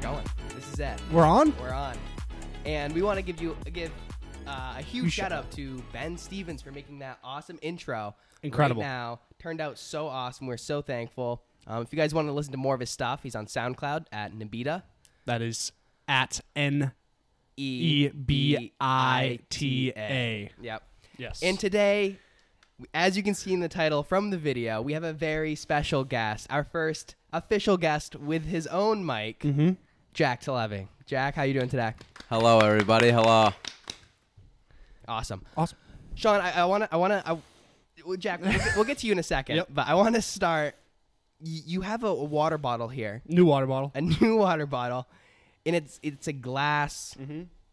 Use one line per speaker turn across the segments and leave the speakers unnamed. going. This is it.
We're on.
We're on, and we want to give you give uh, a huge
You
shout
shut
out to Ben Stevens for making that awesome intro.
Incredible.
Right now turned out so awesome. We're so thankful. Um, if you guys want to listen to more of his stuff, he's on SoundCloud at Nibita.
That is at N
E
E B E I T A.
Yep.
Yes.
And today, as you can see in the title from the video, we have a very special guest. Our first official guest with his own mic,
Mm-hmm.
Jack Televing. Jack, how you doing today?
Hello, everybody. Hello.
Awesome.
awesome.
Sean, I want to, I want to, I, well, Jack, we'll get, we'll get to you in a second,
Yep.
but I want to start. y- You have a, a water bottle here,
New water bottle.
a new water bottle, and it's it's a glass,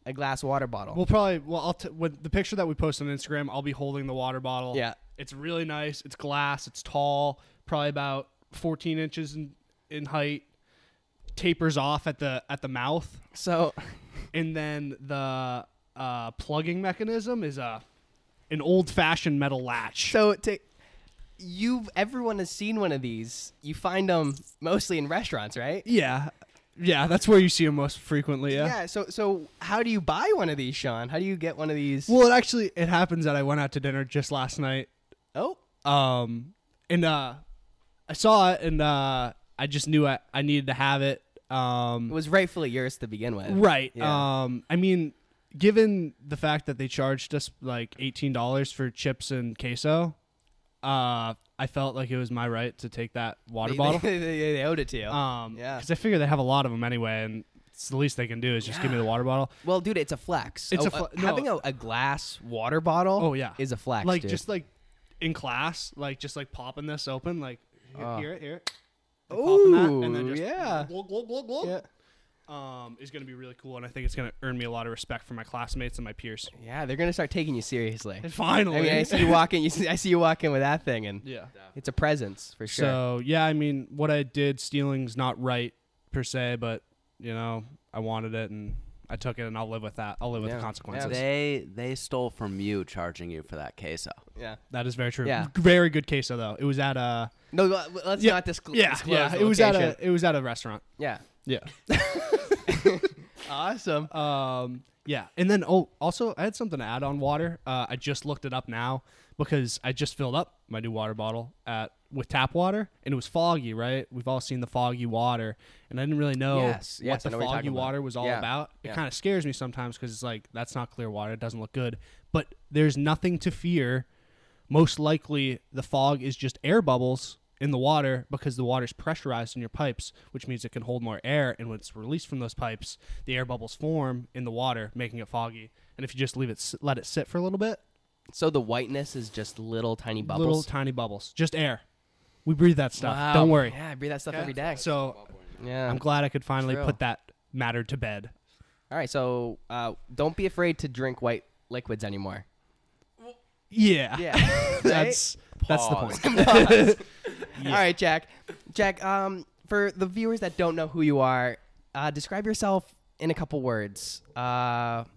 a glass water bottle.
Mm-hmm. We'll probably well I'll t- with the picture that we post on Instagram, I'll be holding the water bottle.
Yeah.
It's really nice. It's glass. It's tall. Probably about 14 inches in, in height. Tapers off at the at the mouth,
so,
and then the uh, plugging mechanism is a an old fashioned metal latch.
so to you, everyone has seen one of these. You find them mostly in restaurants, right?
yeah, yeah, that's where you see them most frequently.
So, so how do you buy one of these, Sean? How do you get one of these?
Well, it actually it happens that I went out to dinner just last night
oh,
um and uh i saw it and uh i just knew i, I needed to have it
it
um
was rightfully yours to begin with.
right
Yeah.
um i mean given the fact that they charged us like $18 for chips and queso uh i felt like it was my right to take that water
They,
bottle
they, they- they owed it to you.
um
yeah.
because i figure they have a lot of them anyway and it's the least they can do is just give me the water bottle
Well, dude, it's a flex.
It's
Oh,
a fle-
uh,
no.
having a, a glass water bottle.
oh yeah
is a flex.
like
dude.
just like in class like just like popping this open like here,
Oh.
hear it here it Like, popping that,
oh
and then just
yeah.
glug, glug, glug, glug,
yeah,
um, is going to be really cool, and I think it's going to earn me a lot of respect from my classmates and my peers.
yeah, they're gonna start taking you seriously.
And
I
finally,
mean, I see you walking. You see, I see you walking with that thing, and
yeah.
it's a presence for sure.
So yeah, I mean, what I did stealing's not right per se, but you know, I wanted it and I took it, and I'll live with that. I'll live with
Yeah.
the consequences.
Yeah.
They they stole from you, charging you for that queso.
yeah.
that is very true.
Yeah.
Very good queso though. It was at a
No, l- let's
Yeah,
not discl-
yeah,
disclose.
yeah.
the
It was at a
location.
it was at a restaurant.
Yeah.
Yeah.
Awesome.
Um, yeah, and then oh, also I had something to add on water. Uh, I just looked it up now because I just filled up my new water bottle at with tap water, and it was foggy. Right, we've all seen the foggy water, and I didn't really know
Yes,
what
yes, I
the
know what you're
foggy
talking about.
water was all
Yeah,
about. uh, It
yeah.
kind of scares me sometimes because it's like that's not clear water; it doesn't look good. But there's nothing to fear. Most likely, the fog is just air bubbles in the water because the water's pressurized in your pipes, which means it can hold more air. And when it's released from those pipes, the air bubbles form in the water, making it foggy. And if you just leave it, s- let it sit for a little bit,
So the whiteness is just little tiny bubbles.
little tiny bubbles, just air. We breathe that stuff.
Wow.
Don't worry.
Yeah, I breathe that stuff every day.
So
yeah.
I'm glad I could finally
True.
put that matter to bed.
All right. So uh, don't be afraid to drink white liquids anymore.
Yeah.
Yeah.
that's that's the
Pause.
point.
All right, Jack. Jack, um, for the viewers that don't know who you are, uh, describe yourself in a couple words.
Mm-hmm.
Uh,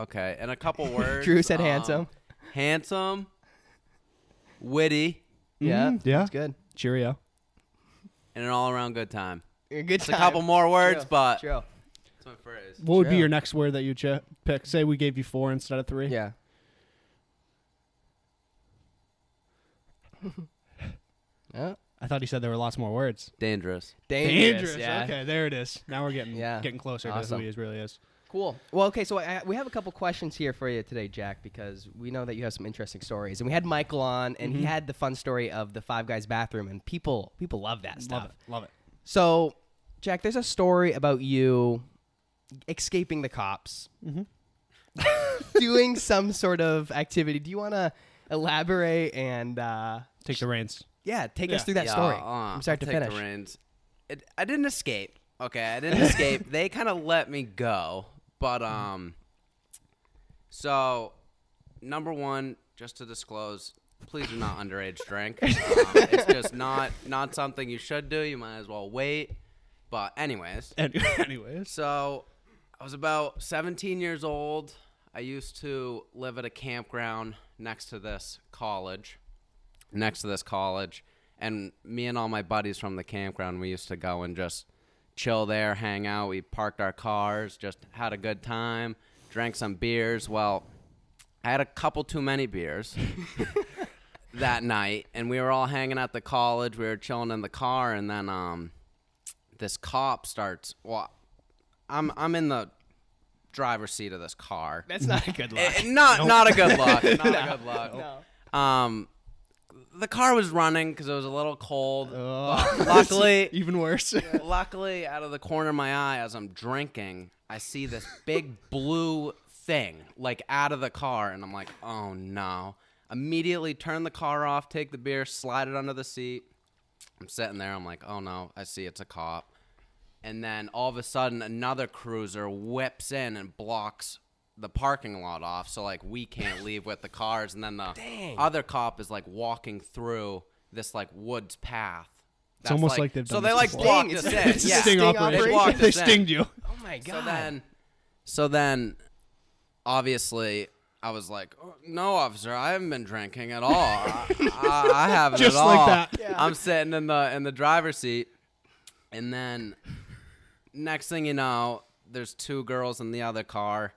Okay, in a couple words.
Drew said
um,
handsome.
Handsome. Witty,
Yeah,
Mhm, yeah.
that's good.
Cheerio.
and an all-around good time.
You're a good
It's a couple more words, but
True.
that's my phrase.
What would be
Cheerio.
your next word that you ch- pick? Say we gave you four instead of three.
Yeah. yeah.
I thought he said there were lots more words.
Dangerous.
Dangerous. Yeah.
Okay, there it is. Now we're getting
Yeah.
getting closer to
Awesome.
who he is really is.
Cool. Well, okay, so I, we have a couple questions here for you today, Jack, because we know that you have some interesting stories. And we had Michael on, and
Mm-hmm.
he had the fun story of the Five Guys bathroom, and people people love that stuff.
Love it. Love it.
So, Jack, there's a story about you escaping the cops,
Mm-hmm.
doing some sort of activity. Do you want to elaborate and, uh,
Take the reins.
yeah, take us
Yeah.
through that
Yeah,
story
uh,
from start to
I'll take
finish?
The reins. It, I didn't escape. Okay, I didn't escape. They kind of let me go, but
Mm-hmm.
um. So, number one, just to disclose, please do not underage drink. Um, it's just not not something you should do. You might as well wait. But anyways,
Any- anyways.
so, I was about 17 years old. I used to live at a campground next to this college. Next to this college. And me and all my buddies from the campground, we used to go and just chill there, hang out. We parked our cars, just had a good time, drank some beers. Well, I had a couple too many beers that night, and we were all hanging at the college. We were chilling in the car, and then um, this cop starts. Well, I'm I'm in the driver's seat of this car.
That's not a good look.
Eh, not not a good luck. Not a good luck. Um, the car was running because it was a little cold. But luckily,
Even worse.
luckily, out of the corner of my eye, as I'm drinking, I see this big blue thing like out of the car, and I'm like, oh no! Immediately turn the car off, take the beer, slide it under the seat. I'm sitting there. I'm like, oh no! I see it's a cop. And then all of a sudden, another cruiser whips in and blocks the parking lot off. So, like, we can't leave with the cars. And then the other cop is like walking through this like woods path. That's,
almost like they've
so
done
they
this
like
before.
blocked
Sting,
us
it's-
in.
it's a
yeah.
sting operation.
They blocked
They
us in.
stinged you.
oh my god.
So then, so then, obviously, I was like, "Oh, "No, officer, I haven't been drinking at all. I, I, I haven't
Just
at
like
all."
that.
I'm sitting in the in the driver's seat, and then next thing you know, there's two girls in the other car.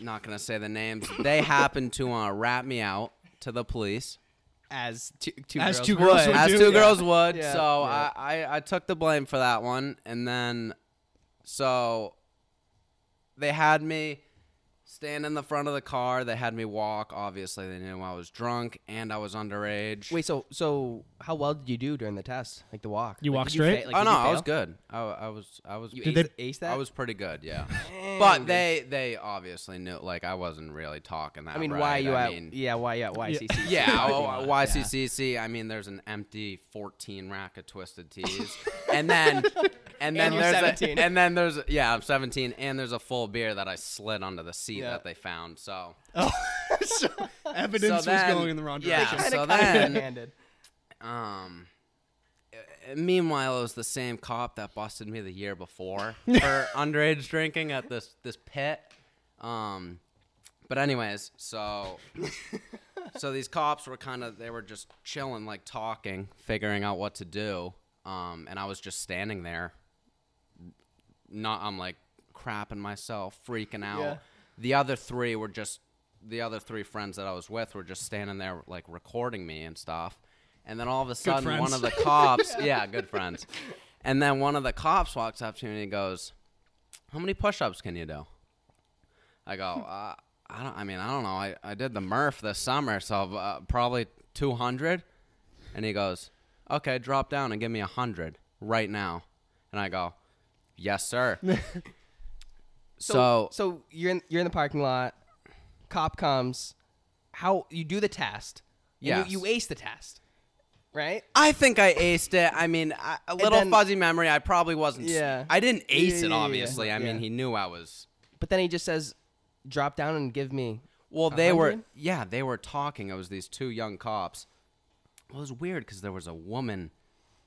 Not gonna say the names. They happen to uh, rat me out to the police.
as two, two
As
girls
two
would.
girls would.
As
do.
two
Yeah.
girls would.
Yeah.
So
Yeah.
I, I, I took the blame for that one. And then, so they had me stand in the front of the car. They had me walk. Obviously, they knew I was drunk and I was underage.
Wait, so so how well did you do during the test? Like the walk?
You
Like,
walk
did
straight?
fa- like,
oh
did
no,
you
I was
fail?
good. I, I was I was.
You
Did
ace,
they-
ace that?
I was pretty good, yeah. but they they obviously knew. Like I wasn't really talking that.
I mean,
right.
why are you
I
at?
mean,
yeah, why you at YCC?
Yeah, oh, YCCC. I mean, there's an empty 14 rack of twisted teas, and then and then
you're
there's
17.
A, and then there's yeah, I'm 17, and there's a full beer that I slid under the seat
Yeah.
that they found. So
Oh, so evidence
then-
was going in the wrong
yeah.
direction.
Kind
So
of
then-
handed.
Um, uh, meanwhile, it was the same cop that busted me the year before for underage drinking at this this pit. Um, but anyways, so so these cops were kind of they were just chilling, like talking, figuring out what to do. Um, and I was just standing there. Not, I'm like crapping myself, freaking out.
Yeah.
The other three were just the other three friends that I was with were just standing there like recording me and stuff. And then all of a sudden, one
friends.
of the cops, yeah, good friends. And then one of the cops walks up to me and he goes, "How many push-ups can you do?" I go, uh, I don't. I mean, I don't know. I, I did the Murph this summer, so uh, probably two hundred. And he goes, okay, drop down and give me a hundred right now. And I go, yes, sir. so,
so you're in you're in the parking lot. Cop comes. How you do the test? and
Yes.
You, you ace the test, right?
I think I aced it. I mean, I, a little
then-
fuzzy memory. I probably wasn't.
Yeah.
I didn't ace
Yeah, yeah,
it.
yeah, yeah.
Obviously, I mean,
Yeah.
he knew I was.
But then he just says, "Drop down and give me."
Well, they were.
100?
Yeah, they were talking. It was these two young cops. Well, it was weird because there was a woman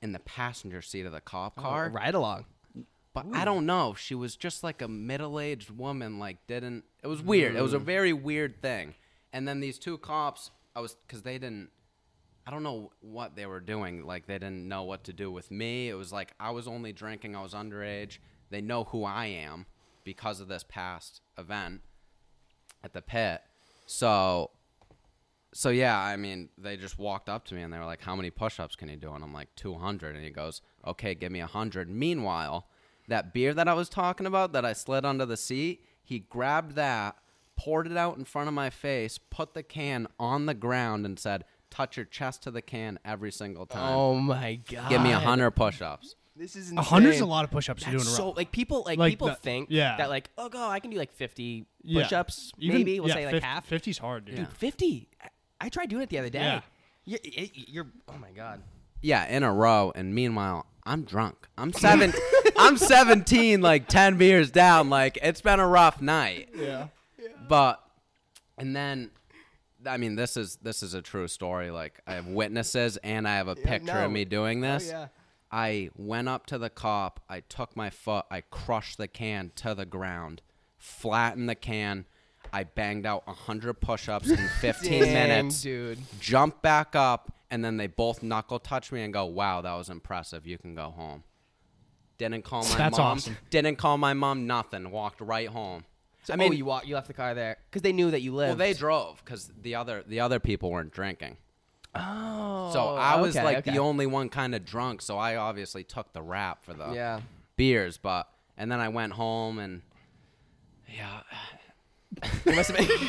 in the passenger seat of the cop car.
a ride along.
But I don't know. She was just like a middle aged woman, like, didn't. It was weird. It was a very weird thing. And then these two cops, I was. Because they didn't. I don't know what they were doing. Like, they didn't know what to do with me. It was like I was only drinking, I was underage. They know who I am because of this past event at the pit. So. So yeah, I mean, they just walked up to me and they were like, "How many push-ups can you do?" And I'm like, "200." And he goes, "Okay, give me 100." Meanwhile, that beer that I was talking about that I slid under the seat, he grabbed that, poured it out in front of my face, put the can on the ground and said, "Touch your chest to the can every single time.
Oh my god!
give me 100 push-ups."
This is insane.
A hundred's a lot of push-ups
That's
you're doing. in a
so
row.
like people like,
Like
people
the-
think
yeah.
that like oh god I can do like fifty
Yeah.
push-ups
Even-
maybe we'll
yeah,
say like
fif-
half
50's hard, dude.
dude fifty I, I tried doing it the other day
Yeah.
you're, it- you're oh my god
Yeah, in a row. And meanwhile, I'm drunk. I'm seven. I'm 17, like 10 beers down. Like it's been a rough night.
Yeah.
But and then I mean this is this is a true story. Like I have witnesses and I have a picture
no.
of me doing this.
yeah.
I went up to the cop, I took my foot, I crushed the can to the ground, flattened the can, I banged out hundred push ups in fifteen
Dang,
minutes,
dude
jumped back up and then they both knuckle touch me and go, "Wow, that was impressive. You can go home." Didn't call my
That's
mom.
awesome.
Didn't call my mom. Nothing. Walked right home. Oh,
I mean, Oh, you walk, you left the car there because they knew that you lived.
Well, they drove because the other the other people weren't drinking.
oh,
So I was
okay,
like
okay.
the only one kind of drunk, so I obviously took the rap for the
Yeah.
beers, but and then I went home and yeah.
You must have been-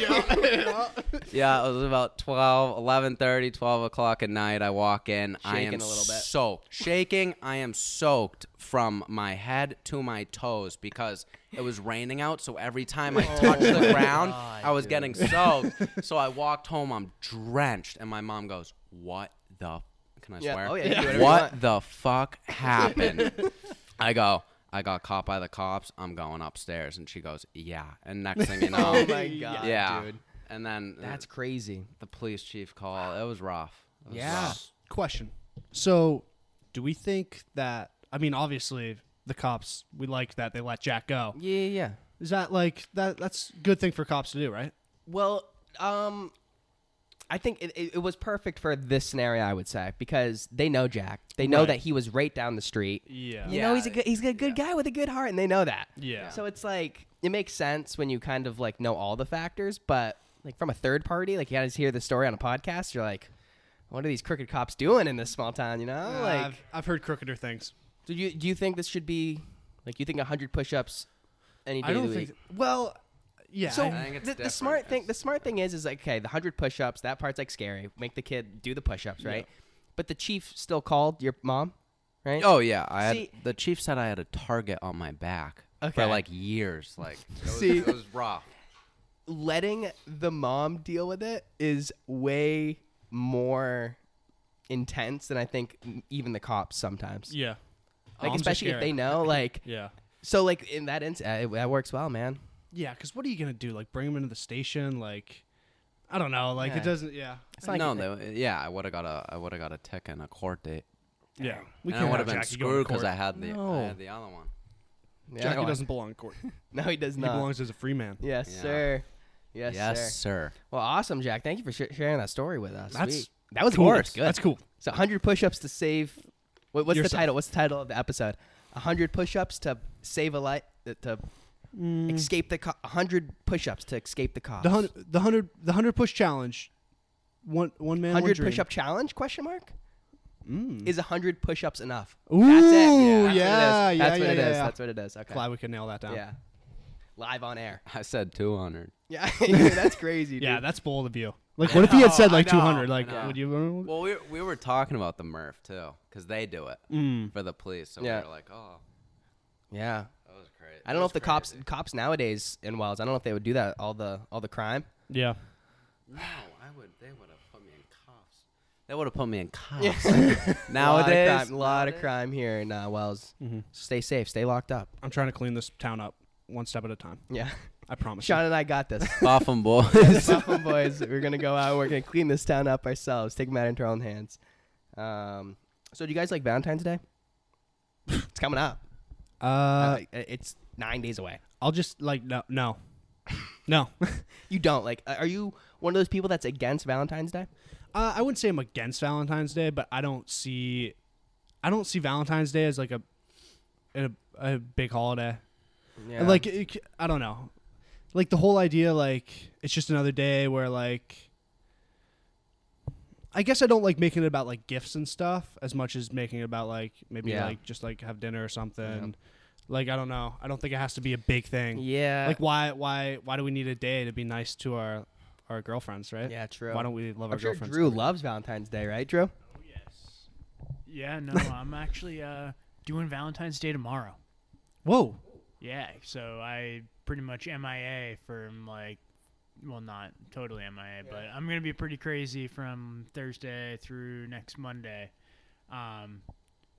Yeah, it was about 12, 11.30, 12 o'clock at night. I walk in. I am
Shaking a little bit.
soaked. Shaking. I am soaked from my head to my toes because it was raining out. So every time I touched the ground,
Oh God,
I was
dude.
getting soaked. so I walked home. I'm drenched. And my mom goes, what the... Can I
Yeah,
swear?
oh yeah, you can do whatever you
What
want.
the fuck happened? I go... I got caught by the cops. I'm going upstairs, and she goes, "Yeah." And next thing you know,
oh my god,
yeah.
dude.
And then
That's crazy.
the police chief call. It was rough. It was
Yeah.
rough.
Question. So, do we think that? I mean, obviously, the cops. We like that they let Jack go.
Yeah, yeah, yeah.
Is that like that? That's a good thing for cops to do, right?
Well, um, I think it, it, it was perfect for this scenario. I would say because they know Jack. They know
Right.
that he was right down the street.
Yeah.
You know, he's a
Yeah.
good, he's a good guy with a good heart, and they know that.
Yeah.
So it's like it makes sense when you kind of like know all the factors, but like from a third party, like you guys hear the story on a podcast, you're like, what are these crooked cops doing in this small town? You know, like,
I've, I've heard crookeder things.
do you do you think this should be like you think hundred push-ups any day
I
of
don't
the
think.
week?
Well, yeah.
So
I-
think it's
the, the
different,
smart thing,
'cause-
the smart thing is, is like, okay, the hundred push-ups, that part's like scary. Make the kid do the push-ups, right? But the chief still called your mom, right?
Oh yeah, I had
See-
the chief said I had a target on my back
Okay.
for like years. Like it was,
See-
it was rough.
letting the mom deal with it is way more intense than I think even the cops sometimes.
yeah.
Like
Moms are
especially if
scary.
they know, like
Yeah.
so, like in that instance, it, that works well, man.
Yeah, because what are you gonna do? Like bring him into the station? Like, I don't know. Like
Yeah.
it doesn't. Yeah.
It's like
no, they, yeah, I would have got a I would have got a tick and a court date.
Yeah. We
and I would
have
have been
Jackie going to court.
screwed because I had the
No.
I had the other one.
Yeah,
Jackie
go on.
doesn't belong in court.
No, he does
He
not.
belongs as a free man.
yes,
Yeah.
sir. Yes,
Yes,
sir.
sir.
Well, awesome, Jack. Thank you for sh- sharing that story with us.
That's
Sweet. that was
cool.
good. That's good.
That's cool.
So 100 push-ups to save. What, what's the
Yourself.
title? What's the title of the episode? 100 push-ups to save a life. To escape the co- 100 push-ups to escape the cops.
Mm. The hundred, the hundred, the hundred push challenge. One one man, one
100
dream.
push-up challenge? Question mark.
Mm.
Is 100 push-ups enough?
Ooh,
That's it. That's
yeah,
what it is.
yeah,
That's what
yeah,
it
yeah,
is.
yeah.
That's what it is. Okay.
Glad we could nail that down.
Yeah. Live on air.
I said two hundred.
Yeah, dude, that's crazy. Dude.
Yeah, that's bold of you. Like, what if he had said
I
like
know,
two hundred?
I
Like,
know.
would you?
Well, we we were talking about the Murph too because they do it
Mm.
for the police. So
Yeah.
we were like, oh,
yeah.
that was great.
I don't know if the cops cops nowadays in Wells. I don't know if they would do that. All the all the crime.
Yeah.
No, I would. They would have put me in cuffs. They would have put me in cuffs. Nowadays,
a lot of crime, lot of crime here in uh, Wells. Stay safe. Stay locked up.
I'm trying to clean this town up one step at a time.
Yeah.
I promise.
Sean and I got this.
off them boys.
Buff 'em boys, we're gonna go out. We're gonna clean this town up ourselves. Take matter into our own hands. Um, so, do you guys like Valentine's Day? It's coming up.
you. Uh,
Like, i- it's nine days away.
I'll just like no, no, no.
You don't like? Are you one of those people that's against Valentine's Day?
Uh, I wouldn't say I'm against Valentine's Day, but I don't see, I don't see Valentine's Day as like a, a, a big holiday.
Yeah.
Like it, c- I don't know, like the whole idea, like it's just another day where like, I guess I don't like making it about like gifts and stuff as much as making it about like maybe
Yeah.
like just like have dinner or something. Like I don't know, I don't think it has to be a big thing.
yeah,
Like why why why do we need a day to be nice to our our girlfriends, right?
yeah, true.
Why don't we love
I'm
our
sure
girlfriends?
Drew loves Valentine's Day, right, Drew?
Yes. Yeah, no, I'm actually uh, doing Valentine's Day tomorrow.
Whoa.
Yeah, so I pretty much MIA from like, well, not totally MIA, but I'm gonna be pretty crazy from Thursday through next Monday. Um,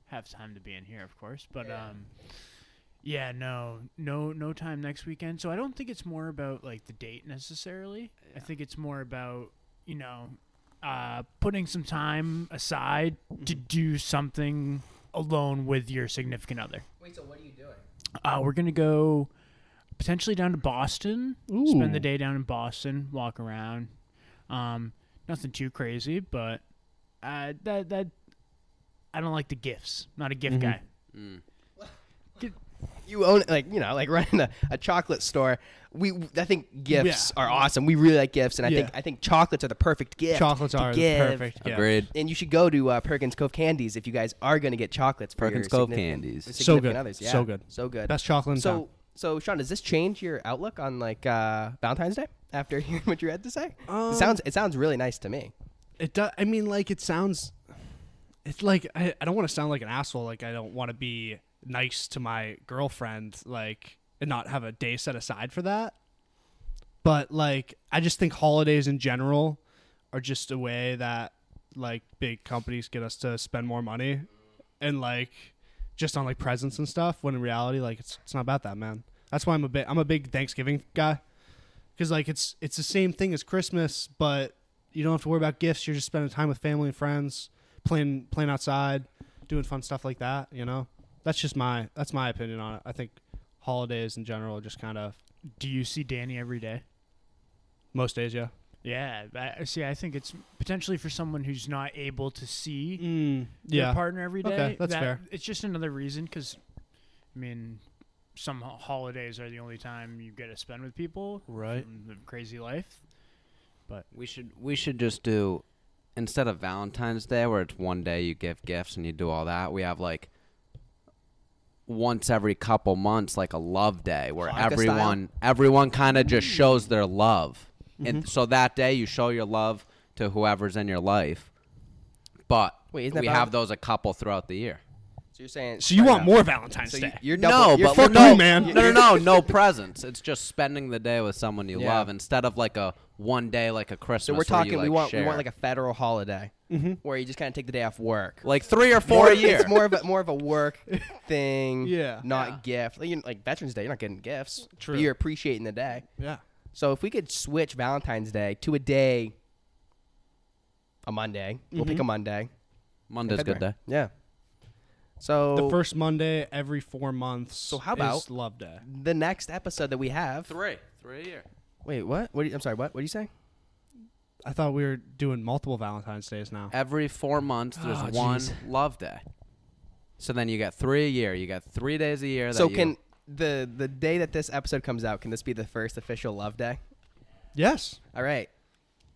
have time to be in here, of course, but um, yeah, no, no, no time next weekend. So I don't think it's more about like the date necessarily. I think it's more about you know, uh, putting some time aside to do something alone with your significant other.
Wait, so what are you doing?
Uh, we're gonna go potentially down to Boston. Spend the day down in Boston, walk around. Um, nothing too crazy, but uh, that that I don't like the gifts. Not a gift guy.
you own like you know like running a, a chocolate store we i think gifts are awesome we really like gifts and i think
Yeah.
i think chocolates are the perfect gift
Chocolates
to
are
give.
perfect. Yeah.
Agreed.
and you should go to uh, perkins cove candies if you guys are going to get chocolates for
Perkins
your
Cove
significant-
candies.
for
So
significant
good.
others. Yeah.
So good.
so good
Best chocolate in
so
town.
so sean does this change your outlook on like uh, valentine's day after hearing what you had to say
Um,
it sounds it sounds really nice to me
It does. I mean, like it sounds. It's like I, I don't want to sound like an asshole. Like I don't want to be nice to my girlfriend. Like and not have a day set aside for that. But like I just think holidays in general are just a way that like big companies get us to spend more money, and like just on like presents and stuff. When in reality, like it's it's not about that, man. That's why I'm a bit I'm a big Thanksgiving guy because like it's it's the same thing as Christmas, but you don't have to worry about gifts. You're just spending time with family and friends, playing playing outside, doing fun stuff like that. You know, that's just my that's my opinion on it. I think holidays in general are just kind of
Do you see Danny every day?
most days, yeah.
Yeah. I, see, I think it's potentially for someone who's not able to see
Mm,
their
yeah,
partner every day.
Okay, that's fair.
It's just another reason because, I mean, some ho- holidays are the only time you get to spend with people.
Right.
from the crazy life.
We should we should just do instead of Valentine's Day where it's one day you give gifts and you do all that, we have like once every couple months like a love day where
Hanukkah style? Mm.
everyone everyone kind of just shows their love.
Mm-hmm.
And so that day you show your love to whoever's in your life. But
Wait, isn't that
we
Val-
have those a couple throughout the year.
so you're saying
So you want more Valentine's
so you-
Day?
you're
no,
double, you're
but
full-
no,
you, man.
No, no, no, no presents. It's just spending the day with someone you
Yeah.
love instead of like a one day like a Christmas.
so
where
we're
you,
talking we
like,
want we
share.
want like a federal holiday
Mm-hmm.
where you just kind of take the day off work
like three or four a
More-
year.
It's more of a more of a work thing.
Yeah.
Not gift. Like, you know, like Veterans Day, you're not getting gifts. but
True.
You're appreciating the day.
yeah,
So if we could switch Valentine's Day to a day, a Monday, we'll pick a Monday.
Monday's a good
February.
day.
Yeah. So
the first Monday every four months. So
how about-
is Love Day?
the next episode that we have.
Three, three a year.
Wait, what? What? do you- I'm sorry. What? What do you say?
I thought we were doing multiple Valentine's days now.
Every four months, there's
Ah,
Oh,
one
jeez.
love day. So then you got three a year. You got three days a year.
So
that
can
you,
the the day that this episode comes out, can this be the first official Love Day?
Yes,
All right.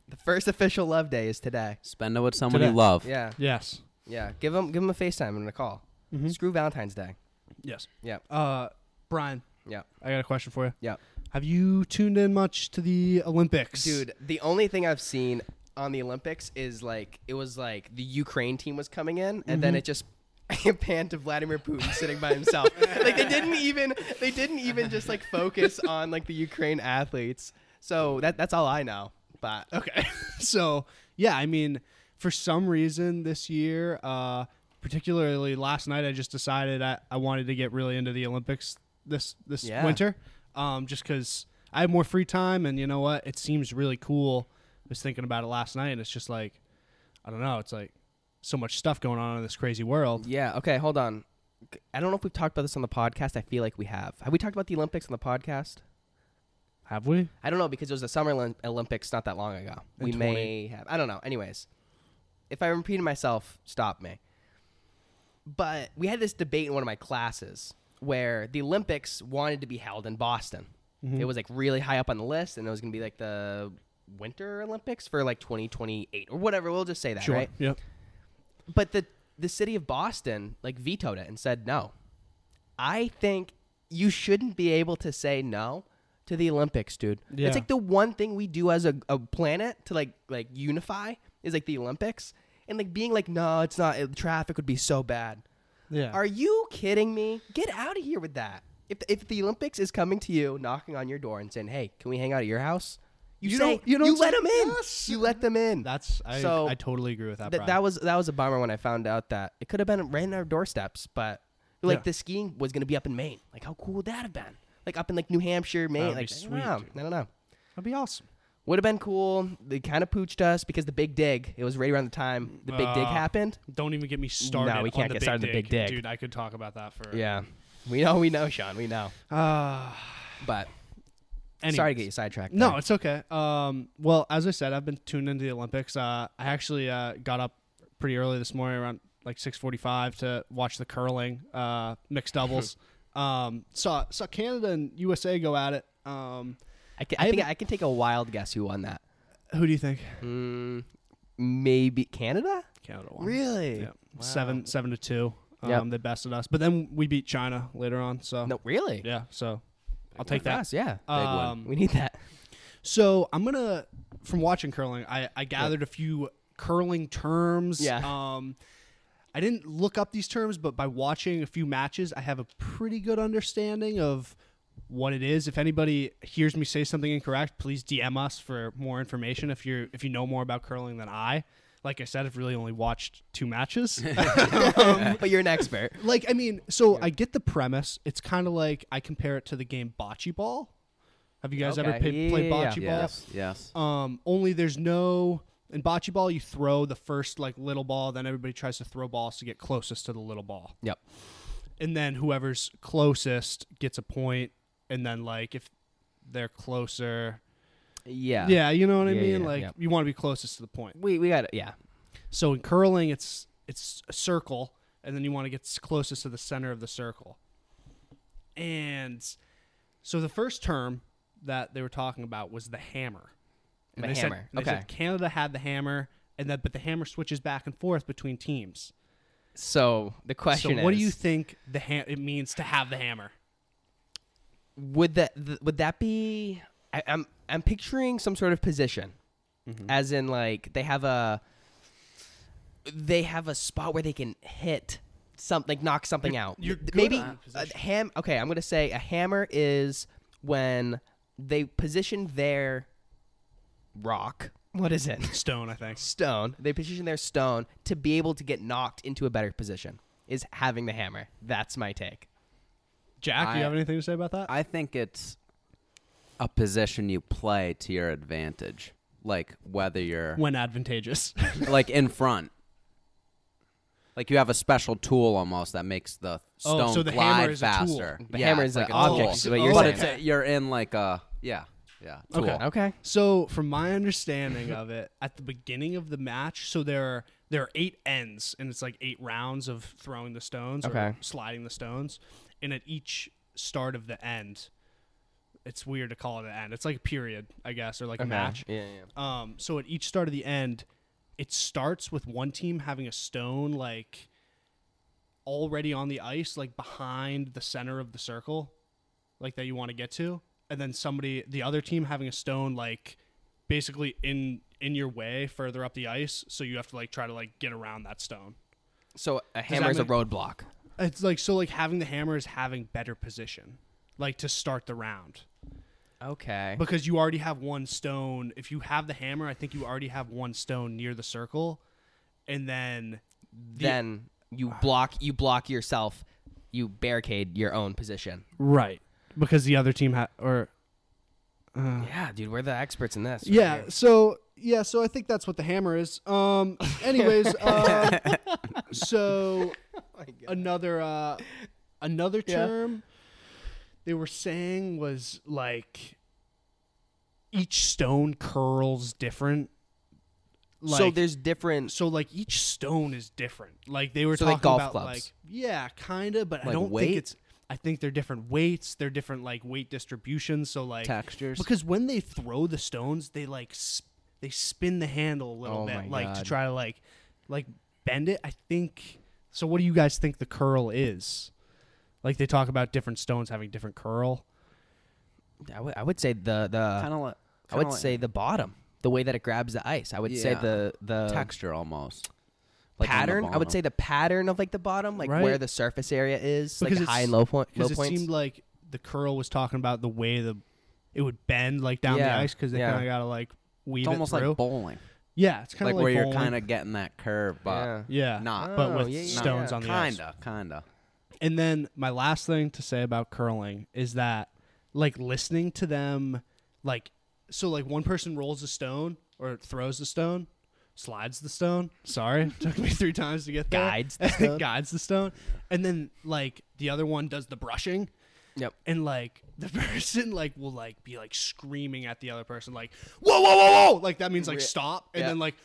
The first official Love Day is today.
spend it with someone
Today.
you love.
Yeah.
yes,
Yeah. Give them give them a FaceTime and a call. Screw Valentine's Day.
yes.
Yeah.
Uh, Brian,
Yeah.
I got a question for you.
Yeah.
Have you tuned in much to the Olympics?
Dude, the only thing I've seen on the Olympics is like it was like the Ukraine team was coming in, and then it just panned to Vladimir Putin sitting by himself. like they didn't even they didn't even just like focus on like the Ukraine athletes. So that that's all I know. But oh.
Okay. so, yeah, I mean, for some reason this year, uh, particularly last night, I just decided I, I wanted to get really into the Olympics this this
Yeah.
winter, um, just because I have more free time, and you know what? It seems really cool. I was thinking about it last night, and it's just like, I don't know, it's like so much stuff going on in this crazy world.
yeah, okay, hold on. I don't know if we've talked about this on the podcast. I feel like we have. Have we talked about the Olympics on the podcast?
Have we?
I don't know because it was the Summer Olymp- Olympics not that long ago.
In
we
20.
may have. I don't know. Anyways, if I'm repeating myself, stop me. But we had this debate in one of my classes where the Olympics wanted to be held in Boston.
Mm-hmm.
It was like really high up on the list, and it was going to be like the Winter Olympics for like 2028 or whatever. We'll just say that,
Sure.
right?
Yep.
But the the city of Boston like vetoed it and said no. I think you shouldn't be able to say no to the Olympics, dude.
Yeah.
It's like the one thing we do as a, a planet to like like unify is like the Olympics. And like being like, no, it's not. It, traffic would be so bad.
Yeah.
Are you kidding me? Get out of here with that. If, if the Olympics is coming to you, knocking on your door and saying, "Hey, can we hang out at your house?" You,
You
say
don't- you don't
let
say
them in.
yes.
You let them in.
That's I.
So-
I totally agree with that.
Th-
Brian.
that was that was a bummer when I found out that it could have been right in our doorsteps, but like
Yeah.
the skiing was gonna be up in Maine. Like how cool would that have been? Like up in like New Hampshire, Maine.
would be
like
sweet,
I don't
dude.
know. I don't know.
that'd be awesome.
Would have been cool. They kind of pooched us because the big dig. It was right around the time the big dig
Uh,
happened.
Don't even get me started.
No, we
on
can't
the
get
Big
started on the Big Dig.
dude. I could talk about that for
Yeah, we know, we know, Sean, we know.
Uh,
But sorry to
anyways.
get you sidetracked.
No,
there.
it's okay. Um, well, as I said, I've been tuned into the Olympics. Uh, I actually uh, got up pretty early this morning, around like 6:45, to watch the curling uh, mixed doubles. um, saw saw Canada and USA go at it. Um,
I, can, I, think I can take a wild guess who won that.
who do you think?
Mm, maybe Canada.
Canada won.
Really?
Yeah. Seven seven to two. Um,
Yep.
They bested us, but then we beat China later on. So
No, really.
yeah, so I'll take that.
Us, yeah.
one.
Um,
we need that.
So I'm gonna from watching curling, I, I gathered a few curling terms.
Yeah.
Um I didn't look up these terms, but by watching a few matches, I have a pretty good understanding of what it is. If anybody hears me say something incorrect, please DM us for more information if you're if you know more about curling than I. Like I said, I've really only watched two matches. um,
but you're an expert.
like I mean, so I get the premise. It's kind of like I compare it to the game bocce ball. Have you guys ever
Okay.
pay, played
Yeah.
bocce ball?
Yes. Yes.
Uh,
Um, only there's no in bocce ball. You throw the first like little ball, then everybody tries to throw balls to get closest to the little ball,
Yep.
and then whoever's closest gets a point, and then like if they're closer,
Yeah.
yeah, you know what I
Yeah,
mean.
yeah,
like
yeah.
you want to be closest to the point.
We we got it. Yeah.
So in curling, it's it's a circle, and then you want to get s- closest to the center of the circle. And so the first term that they were talking about was the hammer. And
The
they said-
hammer,
they said
okay.
Canada had the hammer, and that but the hammer switches back and forth between teams.
So the
So
question is,
what do you think the ha- it means to have the hammer?
would that th- would that be? I, I'm I'm picturing some sort of position,
Mm-hmm.
as in like they have a they have a spot where they can hit something, like knock something out.
you're
Th-
good
Maybe
at
a ham. Okay, I'm gonna say a hammer is when they position their rock. What is it?
Stone, I think.
stone. They position their stone to be able to get knocked into a better position. Is having the hammer. That's my take.
Jack, do you
I-
have anything to say about that?
I think it's a position you play to your advantage, like whether you're
when advantageous.
like in front. Like you have a special tool almost that makes the
Oh,
stone
so the
glide
hammer is a tool.
faster.
The
Yeah,
hammer
it's
is an
like a
object,
tool.
is what you're
but
saying.
it's a, you're in like a yeah, yeah. Tool.
Okay.
Okay.
So, from my understanding of it, at the beginning of the match, so there are there are eight ends, and it's like eight rounds of throwing the stones
Okay.
or sliding the stones, and at each start of the end, it's weird to call it an end. It's like a period, I guess, or like a match.
Yeah,
Um, so at each start of the end, it starts with one team having a stone like already on the ice, like behind the center of the circle, like that you want to get to, and then somebody, the other team, having a stone like basically in in your way further up the ice, so you have to like try to like get around that stone.
So a hammer is a
make-
roadblock.
It's like so like having the hammer is having better position, like to start the round.
Okay.
because you already have one stone. If you have the hammer, I think you already have one stone near the circle, and then
then you block you block yourself. You barricade your own position.
right because the other team ha- or
Yeah, dude, we're the experts in this. right
yeah.
here.
So yeah, so I think that's what the hammer is. Um. Anyways, um, so another uh, another term they were saying was like each stone curls different.
so there's different.
so like each stone is different. Like they were
So, like,
talking
golf
about
clubs.
like yeah, kind of, but I
Like
don't
weight?
think it's. I think they're different weights. They're different like weight distributions. So like
Textures.
because when they throw the stones, they like sp- they spin the handle a little
Oh my
bit, like to
God.
try to like like bend it. I think. So what do you guys think the curl is? Like they talk about different stones having different curl.
I would I would say the the
Kind of like
Uh, I would say the bottom, the way that it grabs the ice. I would say
Yeah.
the the
texture almost. on the
pattern. I would
bottom.
say the pattern of like the bottom, like
Right.
where the surface area is, like
Because
the high
it's-
and low point. Low
because it
points.
seemed like the curl was talking about the way the it would bend like down
Yeah,
the ice because they
yeah.
kind of gotta like weave
it's almost
it through.
like bowling,
yeah, it's kind
like,
of
where you're
bowling.
kind of getting that curve, but
yeah,
not.
but
Oh,
with
yeah, yeah,
stones
yeah.
on the ice.
kinda, kinda.
And then my last thing to say about curling is that like listening to them like so like one person rolls a stone or throws the stone, slides the stone. Sorry, took me three times to get there.
Guides the stone.
guides the stone. And then like the other one does the brushing
Yep.
and like the person like will like be like screaming at the other person like whoa whoa whoa whoa like that means like
Re-
stop and
yeah.
then like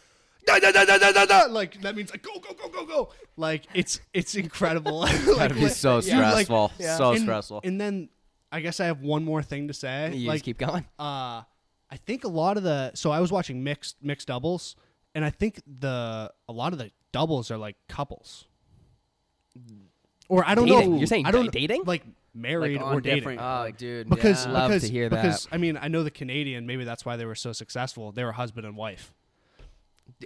da, da, da, da, da, da, da. like that means like go go go go go. Like it's it's incredible. like,
That'd be so
you, like-
stressful. So
and,
stressful.
And then I guess I have one more thing to say.
You
like
just keep going.
uh I think a lot of the so I was watching mixed mixed doubles and I think the a lot of the doubles are like couples. Or I don't
Dating.
know.
You're saying
I don't
di- dating?
like married
like,
or
on
dating.
different-
Oh,
like,
dude,
because
yeah. love
because,
to hear that.
because I mean I know the Canadian maybe that's why they were so successful. They were husband and wife.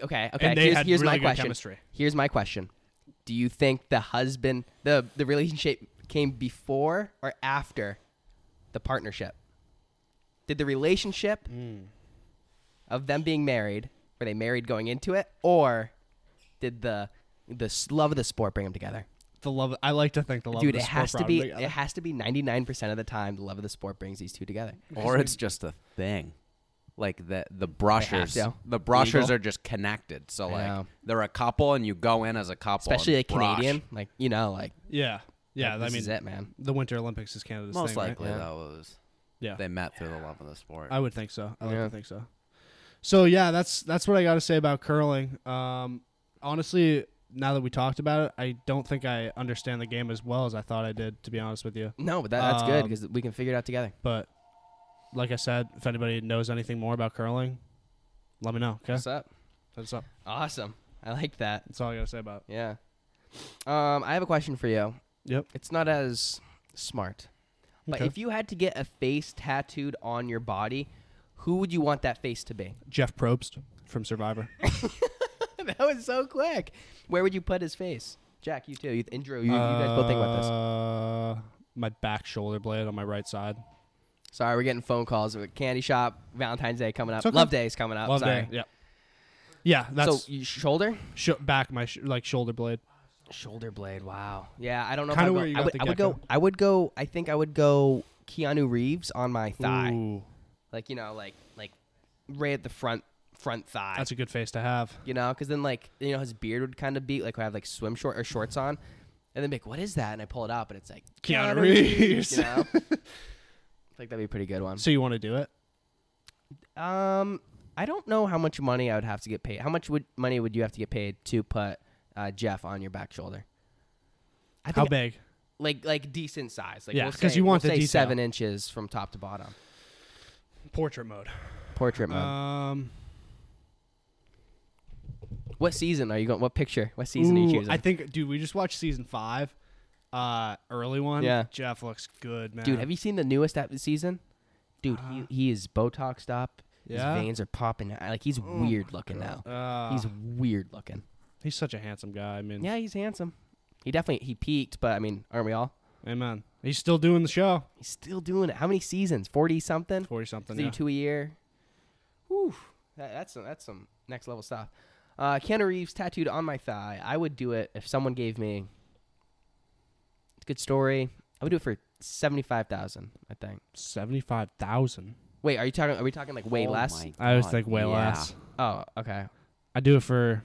okay, okay.
they
here's
had
here's
really
my
good
question.
chemistry.
Here's my question. Do you think the husband, the the relationship came before or after the partnership? Did the relationship of them being married, were they married going into it, or did the the s- love of the sport bring them together?
The love I like to think the love
Dude,
of
it
the sport
has to
brought
be
them together.
it has to be 99% of the time the love of the sport brings these two together.
or it's just a thing. Like the the
have
brushers,
to.
the brushers
Legal.
are just connected. So like
know.
they're a couple, and you go in as a couple. and
Especially a
brush.
Canadian, like, you know, like
Yeah. Yeah,
this
I mean
is it, man.
the Winter Olympics is Canada's
Most
thing, right?
likely
Yeah.
though, it was-
Yeah.
they met through the love of the sport.
I would think so. I
Yeah.
would think so. So yeah, that's that's what I got to say about curling. Um, honestly, now that we talked about it, I don't think I understand the game as well as I thought I did. To be honest with you,
No, but that, that's good
Um,
because we can figure it out together.
but like I said, if anybody knows anything more about curling, let me know. Okay,
What's up?
that's up.
Awesome. I like that.
That's all I gotta say about. it.
Yeah. Um, I have a question for you.
Yep.
It's not as smart, but
Okay.
if you had to get a face tattooed on your body, who would you want that face to be?
Jeff Probst from Survivor.
that was so quick. Where would you put his face? Jack, you too. You, and Drew, you, you guys both think about this.
Uh, my back shoulder blade on my right side.
Sorry, we're getting phone calls. We're at Candy shop, Valentine's Day coming up.
It's okay.
Love Day's coming up.
Love
Sorry.
day. Yep. Yeah, that's
so you, shoulder,
sh- back my sh- like shoulder blade.
shoulder blade. Wow. Yeah, I don't know. if
Kinda
I'd
where you
go, I
got
would,
the
I would
gecko.
go. I would go. I think I would go Keanu Reeves on my thigh.
Ooh.
like you know like like right at the front front thigh
That's a good face to have.
you know because then like you know his beard would kind of be like I have like swim short or shorts on and then be like what is that and i pull it up and it's like
Keanu Reeves.
you know i think that'd be a pretty good one
So you want to do it?
um i don't know how much money i would have to get paid how much would money would you have to get paid to put uh, jeff on your back shoulder I
How
think
big?
like like decent size, like
Yeah,
we'll
'cause
say-
you want
we'll
the
say
detail.
seven inches from top to bottom,
Portrait mode.
portrait mode.
Um,
what season are you going? What picture? What season are
ooh,
you choosing?
I think, dude, we just watched season five, uh, early one.
Yeah.
Jeff looks good, man.
Dude, have you seen the newest ep- season? Dude,
Uh,
he, he is Botoxed up.
yeah? Oh
His veins are popping out. Like he's weird looking now.
Uh,
he's
he's
weird looking.
he's such a handsome guy. I mean,
Yeah, he's handsome. He definitely he peaked, but I mean, aren't we all?
amen. He's still doing the show.
He's still doing it. How many seasons? Forty something.
Forty
Does
something.
he do
Yeah.
two a year? Whew. That, that's some, that's some next level stuff. Uh, Keanu Reeves tattooed on my thigh. I would do it if someone gave me. It's a good story. I would do it for seventy five thousand. I think.
Seventy-five thousand.
Wait, are you talking? Are we talking like way
Oh
less?
my
I always
God,
think way
yeah.
less.
Oh, okay.
I do it for.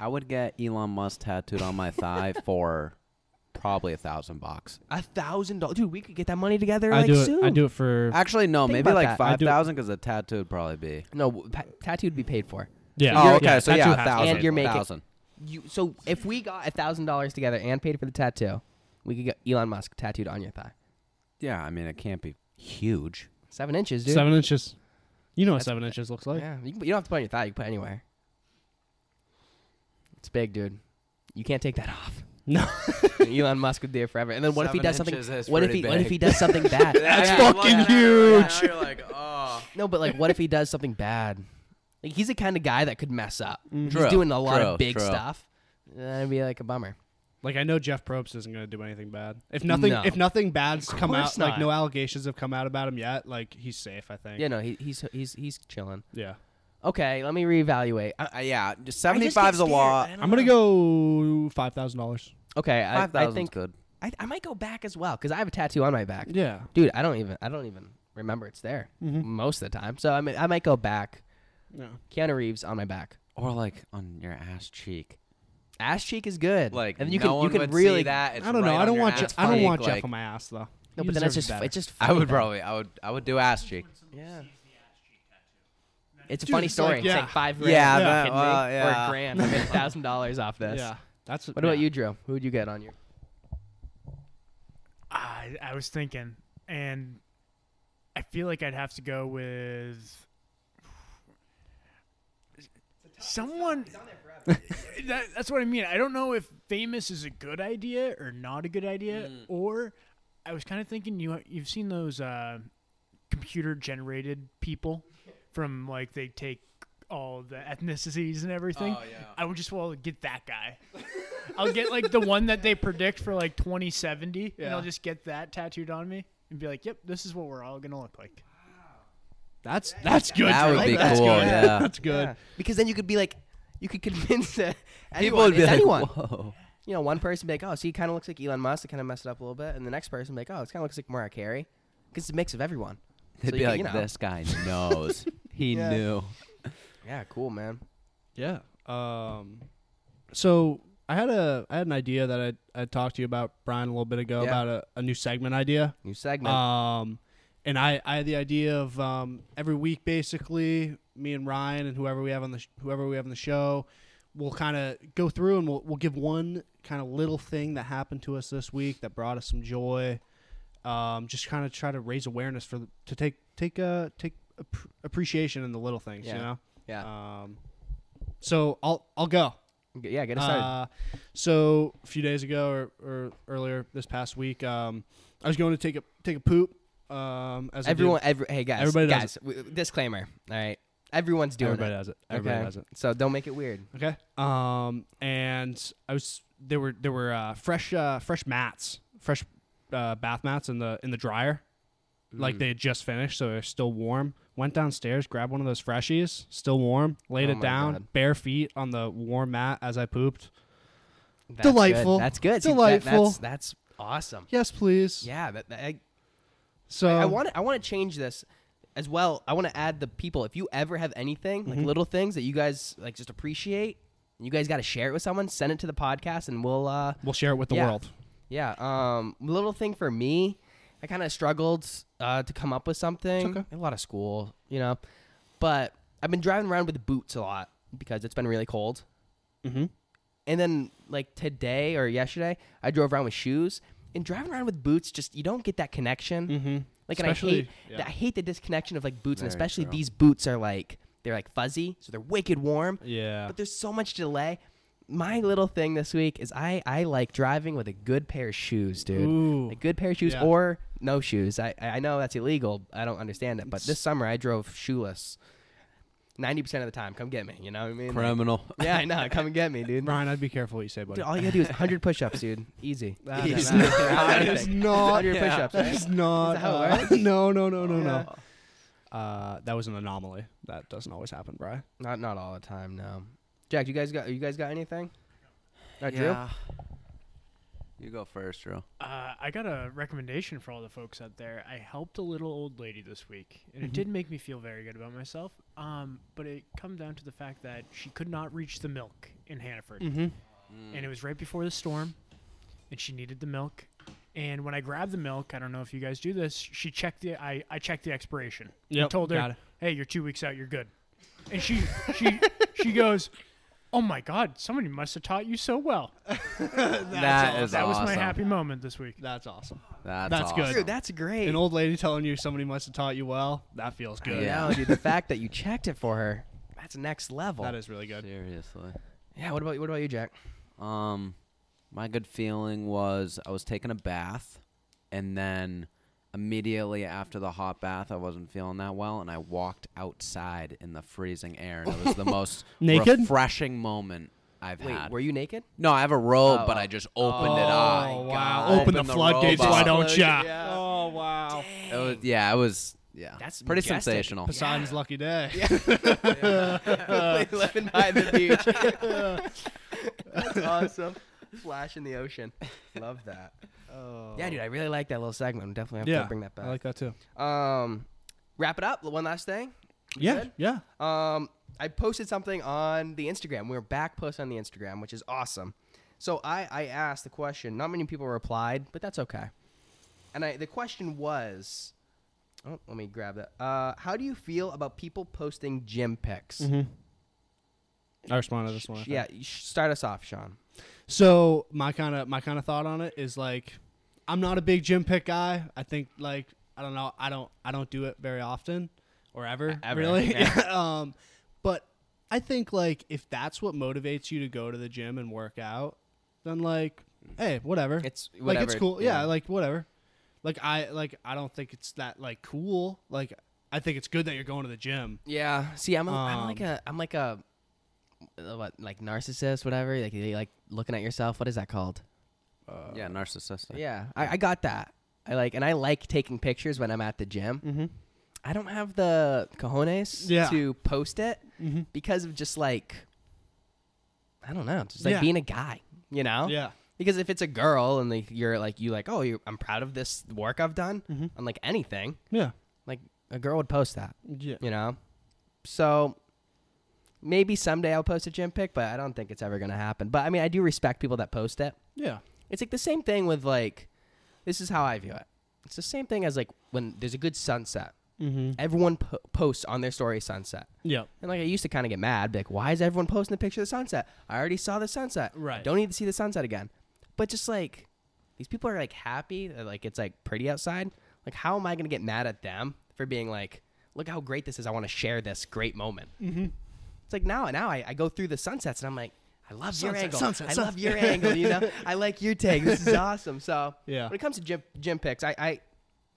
I would get Elon Musk tattooed on my thigh for probably a thousand bucks.
A thousand dollars, dude. We could get that money together.
I
like
do it.
soon.
I do it for.
Actually, no,
Think
maybe
about
like
that.
I
five
do-
thousand because the tattoo would probably be.
No, w- pa- tattooed be paid for.
yeah.
Oh, okay, so yeah,
tattoo
a
has to
thousand.
And you're making-
thousand.
You. So if we got a thousand dollars together and paid for the tattoo, we could get Elon Musk tattooed on your thigh.
Yeah, I mean it can't be huge.
Seven inches,
be
dude.
Seven inches. You know what
That's-
seven inches looks like?
Oh, Yeah. You, can- you don't have to put it on your thigh. You can put it anywhere. It's big, dude. You can't take that off.
No.
Elon Musk would be there forever. And then what if he
Seven
does something?
inches is
What if
pretty
he? What if
big.
he does something bad?
That's
fucking huge.
you're like, oh.
no, but like, what if he does something bad? Like, he's the kind of guy that could mess up.
True,
He's doing a lot
true,
of big
true.
stuff. That'd be like a bummer.
Like I know Jeff Probst isn't going to do anything bad. If nothing,
No.
if nothing bad's come out,
course
like
not.
no allegations have come out about him yet. Like he's safe, I think.
Yeah, no, he, he's he's he's chilling.
Yeah.
Okay, let me reevaluate. I,
Uh, yeah, just
I
seventy
just get
five is a
scared.
lot.
I don't
I'm gonna
know.
go five thousand dollars.
Okay, I,
Five
I
thousand is
think
good.
I, I might go back as well because I have a tattoo on my back.
Yeah.
Dude, I don't even I don't even remember it's there most of the time. So I mean, I might go back.
Mm-hmm. Yeah.
Keanu Reeves on my back.
Or like on your ass cheek.
Ass cheek is good.
Like
and you
no
can
one
you can
would
really
see that. It's
I don't know.
right
I
on
don't
your
want Je-
ass
I don't
cheek,
want Jeff
like-
on my ass though.
no,
He
but then it's
deserves
just
better.
it's just
I
funny
would
then.
probably I would I would do ass cheek.
yeah.
Then
It's a
Dude,
funny
it's
story.
like- yeah.
It's like five grand.
Yeah,
Are you
that-
kidding me?
well,
Or
yeah.
a grand. I made a thousand dollars off this.
yeah, that's
What about you, Drew? Who'd you get on your?
I, I was thinking, and I feel like I'd have to go with someone. that, that's what I mean. I don't know if famous is a good idea or not a good idea.
Mm.
Or I was kind of thinking you you've seen those uh, computer generated people from like they take all the ethnicities and everything.
Oh, yeah.
I would just well get that guy. I'll get like the one that they predict for like 2070, and I'll
Yeah.
just get that tattooed on me and be like, "Yep, this is what we're all gonna look like."
That's that's good.
That
Drew.
would be
that's
cool,
Good.
yeah.
that's good.
Yeah. Because then you could be like, you could convince uh,
People
anyone.
would be
it's
like,
anyone.
whoa.
You know, one person be like, oh, see, he kind of looks like Elon Musk. It kind of messed it up a little bit. And the next person be like, oh, it kind of looks like Mariah Carey. Because it's a mix of everyone.
They'd
So
be
you could,
like,
you know.
this guy knows. he
Yeah.
knew.
Yeah, cool, man.
Yeah. Um, so I had a I had an idea that I I talked to you about Brian a little bit ago
Yeah.
about a, a new segment idea.
New segment.
Um, and I I had the idea of um every week basically me and Ryan and whoever we have on the sh- whoever we have on the show, we'll kind of go through and we'll we'll give one kind of little thing that happened to us this week that brought us some joy. Um, just kind of try to raise awareness for the, to take take uh take ap- appreciation in the little things,
Yeah.
you know.
yeah.
Um, so I'll I'll go.
G- yeah, get us started.
Uh, so a few days ago or, or earlier this past week, um, I was going to take a take a poop. Um, as I do.
Everyone, every, hey, guys.
Everybody does
guys, w- w- disclaimer. All right. Everyone's doing
everybody
it.
does it. Everybody
okay?
does it.
So don't make it weird.
Okay. Um, and I was there were there were uh, fresh uh, fresh mats, fresh uh, bath mats in the in the dryer. Like they had just finished, so they're still warm. Went downstairs, grabbed one of those freshies, still warm. Laid
Oh
it
my
down,
God.
bare feet on the warm mat as I pooped.
That's
Delightful.
Good. That's good. See, that-
Delightful.
that's, that's awesome.
Yes, please.
Yeah. That, that, I,
So
I want I want to change this as well. I want to add the people. If you ever have anything like
Mm-hmm.
little things that you guys like just appreciate, and you guys got to share it with someone. Send it to the podcast, and we'll uh
we'll share it with the
Yeah.
world.
yeah um little thing for me. I kind of struggled uh, to come up with something.
okay.
A lot of school, you know, but I've been driving around with boots a lot because it's been really cold.
Mm-hmm.
And then like today or yesterday, I drove around with shoes. And driving around with boots, just you don't get that connection.
Mm-hmm.
Like,
Especially-
and I hate,
yeah.
that I hate the disconnection of like boots, and
Very
especially
true.
these boots are like they're like fuzzy, so they're wicked warm.
Yeah.
But there's so much delay. My little thing this week is I I like driving with a good pair of shoes, dude.
Ooh.
A good pair of shoes
Yeah.
or no shoes. I I know that's illegal. I don't understand it. But this summer I drove shoeless. Ninety percent of the time, come get me. You know what I mean?
Criminal.
Yeah, I know. Come and get me, dude.
Brian, I'd be careful what you say, buddy.
Dude, all you gotta do is 100 push-ups, dude. Easy.
That
Easy.
is
Not-
that
not
is
anything.
not-
100
yeah.
push-ups.
that is not.
that how it
uh, no, no, no, no,
Yeah.
no. Uh, that was an anomaly. That doesn't always happen, Brian.
Not not all the time, no. Jack, you guys got you guys got anything? Not
You go first, Drew.
Uh, I got a recommendation for all the folks out there. I helped a little old lady this week, and it did make me feel very good about myself. Um, but it come down to the fact that she could not reach the milk in Hannaford,
Mm-hmm.
and
Mm.
it was right before the storm, and she needed the milk. And when I grabbed the milk, I don't know if you guys do this. She checked the I, I checked the expiration. I
Yep,
told her,
got it.
"Hey, you're two weeks out. You're good." And she she she goes, "Oh my God! Somebody must have taught you so well."
That is
that
awesome.
was my happy moment this week.
That's awesome.
That's,
That's good.
awesome.
Dude, that's great.
An old lady telling you somebody must have taught you well. That feels good.
Yeah.
No, dude, the fact that you checked it for her, that's next level.
That is really good.
Seriously.
Yeah, what about you- what about you, Jack?
Um, my good feeling was I was taking a bath, and then immediately after the hot bath, I wasn't feeling that well, and I walked outside in the freezing air, and it was the most
Naked?
refreshing moment I've
Wait,
had.
were you naked?
no, I have a robe,
Oh,
but
oh.
I just opened
oh
it up.
wow!
Opened
Open the, floodgates,
robe
why
up.
don't ya?
Yeah.
Oh wow!
It was- yeah, it was. Yeah,
That's
pretty
majestic.
sensational.
Poseidon's lucky day.
Living by the beach. that's awesome. Flash in the ocean. Love that. Yeah, dude, I really like that little segment. I'm definitely have
Oh. Yeah,
to bring that back.
I like that too.
um, wrap it up. One last thing. We
Yeah,
good?
yeah.
Um, I posted something on the Instagram. We were back posting on the Instagram, which is awesome. So I, I asked the question. Not many people replied, but that's okay. And I, the question was, Oh, let me grab that. Uh, how do you feel about people posting gym pics?
Mm-hmm. I respond to this one. I think.
Yeah, you sh- start us off, Sean.
So my kind of my kind of thought on it is like, I'm not a big gym pick guy. I think like I don't know. I don't I don't do it very often or ever.
E-, ever,
really. um, but I think like if that's what motivates you to go to the gym and work out, then like, hey, whatever.
It's
like it's
whatever,
cool.
yeah.
yeah, like whatever. Like I like I don't think it's that like cool. Like I think it's good that you're going to the gym.
Yeah. See, I'm, a, I'm like
Um,
a I'm like a uh, what like narcissist, whatever. Like you like looking at yourself. What is that called?
yeah, narcissistic.
Yeah, I, I got that. I like and I like taking pictures when I'm at the gym. Mm-hmm. I don't have the cojones
Yeah. Mm-hmm.
to post it because of just like I don't know, just like
Yeah.
being a guy, you know?
Yeah.
Because if it's a girl and like you're like you like oh you're, I'm proud of this work I've done
Mm-hmm.
on like anything
Yeah.
like a girl would post that
Yeah.
you know so maybe someday I'll post a gym pic but I don't think it's ever gonna happen but I mean I do respect people that post it
Yeah.
it's like the same thing with like this is how I view it. It's the same thing as like when there's a good sunset.
Mm-hmm.
Everyone po- posts on their story sunset.
Yeah.
And like I used to kind of get mad, be like why is everyone posting a picture of the sunset? I already saw the sunset.
Right.
Don't need to see the sunset again. But just like these people are like happy that like it's like pretty outside. Like how am I going to get mad at them for being like look how great this is. I want to share this great moment. Mm-hmm. It's like now now I, I go through the sunsets and I'm like I love your
Sunset,
angle.
sunset,
I love
sunset."
your angle. You know, I like your take. This is awesome. So
Yeah.
when it comes to gym gym picks, I I,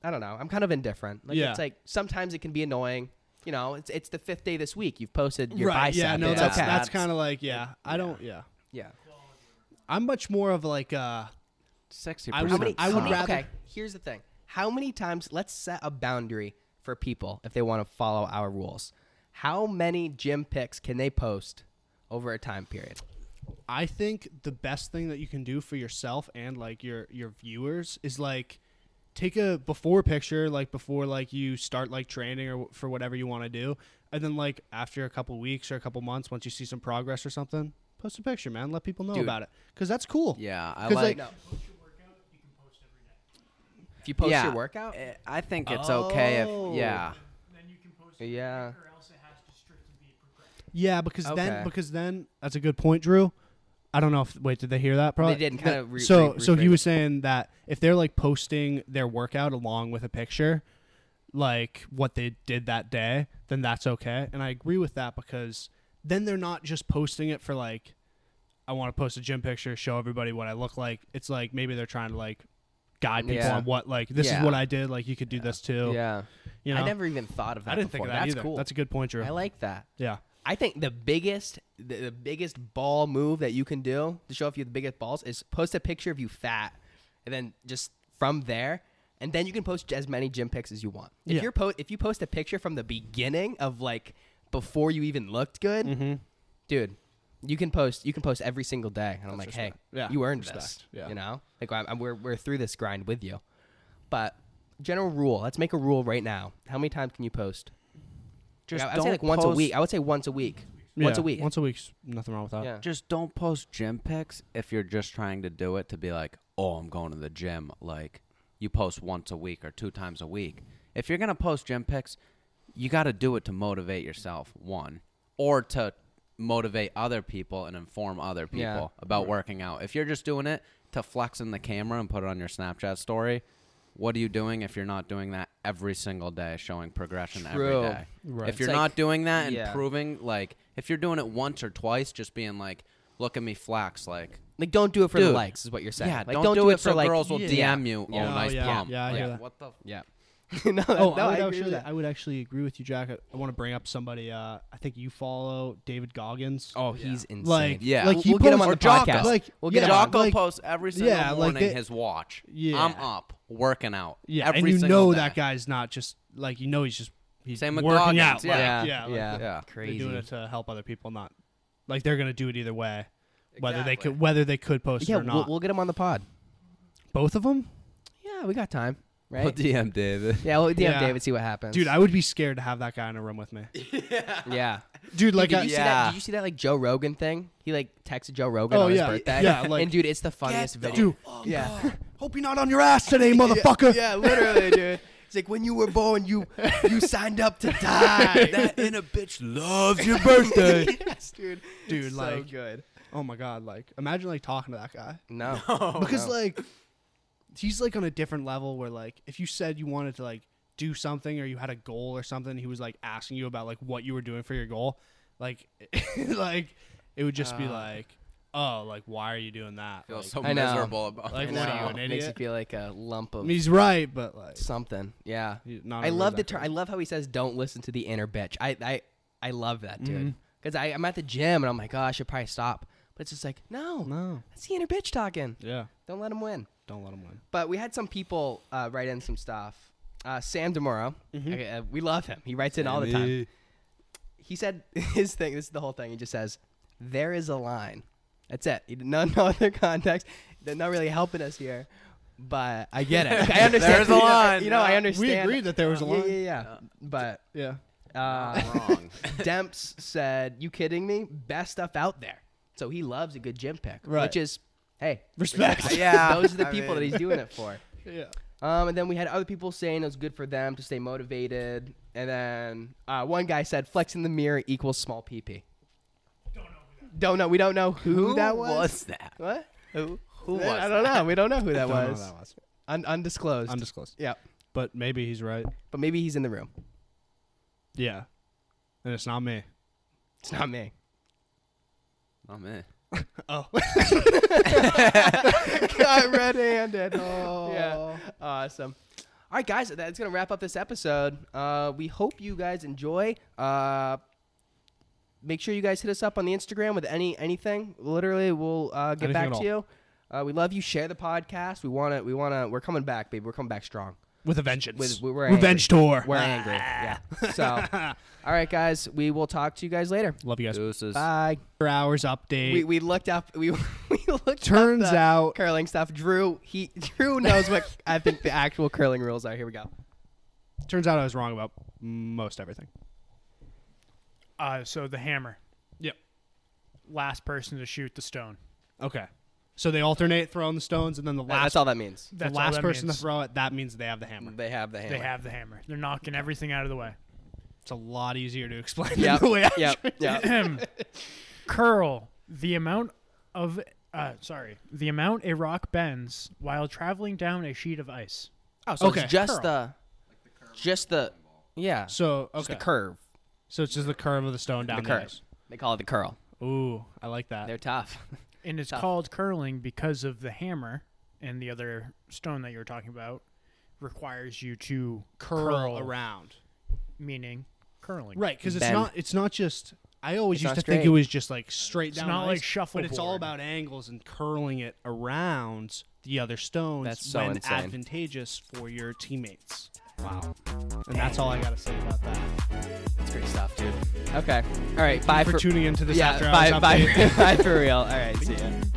I don't know. I'm kind of indifferent. Like
Yeah.
it's like sometimes it can be annoying. You know, it's it's the fifth day this week. You've posted your
right.
bicep.
Yeah. No,
it's
that's
okay.
that's kind of like yeah. I don't. Yeah.
yeah.
I'm much more of like uh
Sexy.
I would-
How many?
I
how
Uh,
would
many-
rather-
Okay, here's the thing. How many times? Let's set a boundary for people if they want to follow our rules. How many gym pics can they post over a time period?
I think the best thing that you can do for yourself and like your your viewers is like take a before picture like before like you start like training or wh- for whatever you want to do and then like after a couple weeks or a couple months once you see some progress or something post a picture man let people know
Dude.
about it cuz that's cool
Yeah, I
'Cause,
like.
No.
If you post
yeah,
your workout,
eh, I think it's okay
Oh.
if. Yeah.
Then you can post
Yeah.
or else it has to strictly be progressive.
yeah because
Okay.
then because then that's a good point Drew I don't know if wait did they hear that probably
didn't,
No,
kinda re-
so
re-
so he
rephrase
was saying that if they're like posting their workout along with a picture like what they did that day, then that's okay. And I agree with that because then they're not just posting it for like, I want to post a gym picture, show everybody what I look like. It's like maybe they're trying to like guide people
Yeah.
on what like this
Yeah.
is what I did. Like you could do this too.
yeah.
You know,
I never even thought of that.
I didn't
before.
think of that
That's
either.
Cool.
That's a good point, Drew.
I like that.
yeah.
I think the biggest, the, the biggest ball move that you can do to show off you have the biggest balls is post a picture of you fat, and then just from there, and then you can post as many gym pics as you want. If
Yeah.
you're po- if you post a picture from the beginning of like before you even looked good,
Mm-hmm.
dude, you can post you can post every single day, and I'm like,
respect.
hey,
Yeah,
you earned this,
respect. Yeah.
you know, like I'm, I'm- we're we're through this grind with you, but. General rule. Let's make a rule right now. How many times can you post?
Just
I would
don't
say like once a
post-
week. I would say once a week. Once
Yeah.
a week.
Once a week's nothing wrong with that.
yeah.
Just don't post gym pics if you're just trying to do it to be like, oh, I'm going to the gym. Like, you post once a week or two times a week. If you're going to post gym pics, you got to do it to motivate yourself, one, or to motivate other people and inform other people
Yeah.
about working out. If you're just doing it to flex in the camera and put it on your Snapchat story, what are you doing if you're not doing that every single day, showing progression
True.
every day?
Right.
If you're
It's
not
like-
doing that and
yeah.
proving, like, if you're doing it once or twice, just being like, look at me flex, like,
Like, don't do it for the
Dude.
likes, is what you're saying.
yeah,
like,
don't, do it, so girls will DM you, oh,
Yeah.
nice
Oh, yeah.
pump.
Yeah, I
Like,
hear that.
What the? f-
Yeah. no, no,
Oh, I, would
agree with
actually,
that.
I would actually agree with you, Jack. I, I want to bring up somebody. Uh, I think you follow David Goggins.
Oh, he's insane.
Like,
Yeah.
like
We'll-
he
we'll get him on
posts-
the
or
podcast.
Like,
We'll
yeah,
get him on.
Jocko
like-
posts every single
yeah, like
morning
they-
his watch.
Yeah.
I'm up working out.
Yeah,
every
and you
single
know
day.
that guy's not just like you know he's just he's
Same with
working
Goggins,
out.
yeah.
like,
yeah,
yeah, like,
yeah,
yeah.
They're
crazy.
doing it to help other people, not like they're gonna do it either way, whether they
Exactly.
could whether they could post
yeah,
it or
we'll,
not.
we'll get him on the pod.
Both of them,
Yeah, we got time, right?
Well, DM David.
yeah, we'll DM
Yeah.
David, see what happens,
dude. I would be scared to have that guy in a room with me,
yeah,
dude. Like,
did
I,
you see that? Did you see that like Joe Rogan thing? He like texted Joe Rogan
Oh,
on his
yeah.
birthday.
Yeah, like,
and dude, it's the funniest video.
dude.
yeah,
Hope you're not on your ass today, motherfucker.
yeah, literally, dude. It's like when you were born, you you signed up to die.
that in a bitch loves your
birthday.
yes, dude.
Dude,
It's so
like-
good.
oh my god, like imagine like talking to that guy.
Oh, No,
because
no.
like he's like on a different level where like if you said you wanted to like do something or you had a goal or something he was like asking you about like what you were doing for your goal like like it would just be
Ah.
like oh like why are you doing that
Feel
like,
so
I know.
miserable about
Like,
I
it.
what are
know.
you, an
It uh, makes you
idiot?
feel like a lump
I
of
mean, he's right but like
something. Yeah,
He's not
I
a
love the
exact
term. I
word.
love how he says, "Don't listen to the inner bitch." I I I love that, dude. Because I'm at the gym and I'm like, oh, I should probably stop. But it's just like, no,
no
that's the inner bitch talking.
yeah
Don't let him win.
don't let him win
But we had some people uh, write in some stuff. Uh, Sam Demuro, okay, uh, we love him. He writes in all the time. He said his thing. This is the whole thing. He just says, "There is a line." That's it. He- No, no other context. They're not really helping us here, but I get it. I understand.
There is a
you know,
line.
You know, I
We
understand.
we agreed that there was a
Yeah,
line
yeah, yeah. But
yeah.
uh,
wrong.
Demps said, "You kidding me? Best stuff out there." So he loves a good gym pick,
Right.
which is, hey,
respect
yeah.
those are the
I
people that
mean,
he's doing it for.
yeah
Um, and then we had other people saying it was good for them to stay motivated. And then uh, one guy said, "Flexing the mirror equals small PP." Don't know. We don't know who,
Who
that was.
was that?
What? Who?
Who was
I don't know. We don't know who that
Don't know
was.
who that was.
Un- undisclosed.
undisclosed
yeah.
but maybe he's right
But maybe he's in the room.
yeah and it's not me
It's not me.
Oh man.
oh
Got red-handed. Oh, yeah. Awesome. All right, guys, that's gonna wrap up this episode. Uh, we hope you guys enjoy. Uh, make sure you guys hit us up on the Instagram with any anything. Literally, we'll uh, get
Anything
back
at
to
all.
you. Uh, we love you. Share the podcast. We wanna. We wanna. We're coming back, baby. We're coming back strong.
with a vengeance
With- we're angry.
revenge tour
We're angry. Yeah. So, all right, guys, we will talk to you guys later.
love you guys
Deuces.
Bye.
Four hours update
We, we looked up. We, we looked. up
Turns
the
out-
curling stuff. Drew he Drew knows what I think the actual curling rules are. Here we go.
Turns out I was wrong about most everything.
Uh, so the hammer,
Yep.
last person to shoot the stone.
Okay. So they alternate throwing the stones, and then the
That's
last
all that means. Mm.
the
That's all
last
that
person
means.
to throw it, that means they have the hammer.
They have the hammer.
They have the hammer. They're knocking everything out of the way.
It's a lot easier to explain
Yep.
than the way I
Yep. yep.
Curl the amount of uh, sorry, the amount a rock bends while traveling down a sheet of ice.
Oh, so
Okay.
it's just
Curl.
the, just the, yeah,
So
just
okay.
the curve.
so it's just the curve of the stone down
The
the
curve.
ice.
They call it the curl.
Ooh, I like that.
They're tough.
And it's
Tough.
called curling because of the hammer and the other stone that you were talking about requires you to
curl,
curl
around.
meaning curling.
Right, because it's
Bend.
not. It's not just. I always
It's
used
not
to think it
straight.
was just like straight down.
not
ice,
like
but it's all
shuffleboard.
about angles and curling it around the other stones
That's so
when
insane.
advantageous for your teammates. Wow, and that's all I gotta say about that.
It's great stuff, dude. Okay. All right. Bye
for, tuning into this
yeah.
after
bye.
hours
Bye.
update.
bye for real. All right. See ya.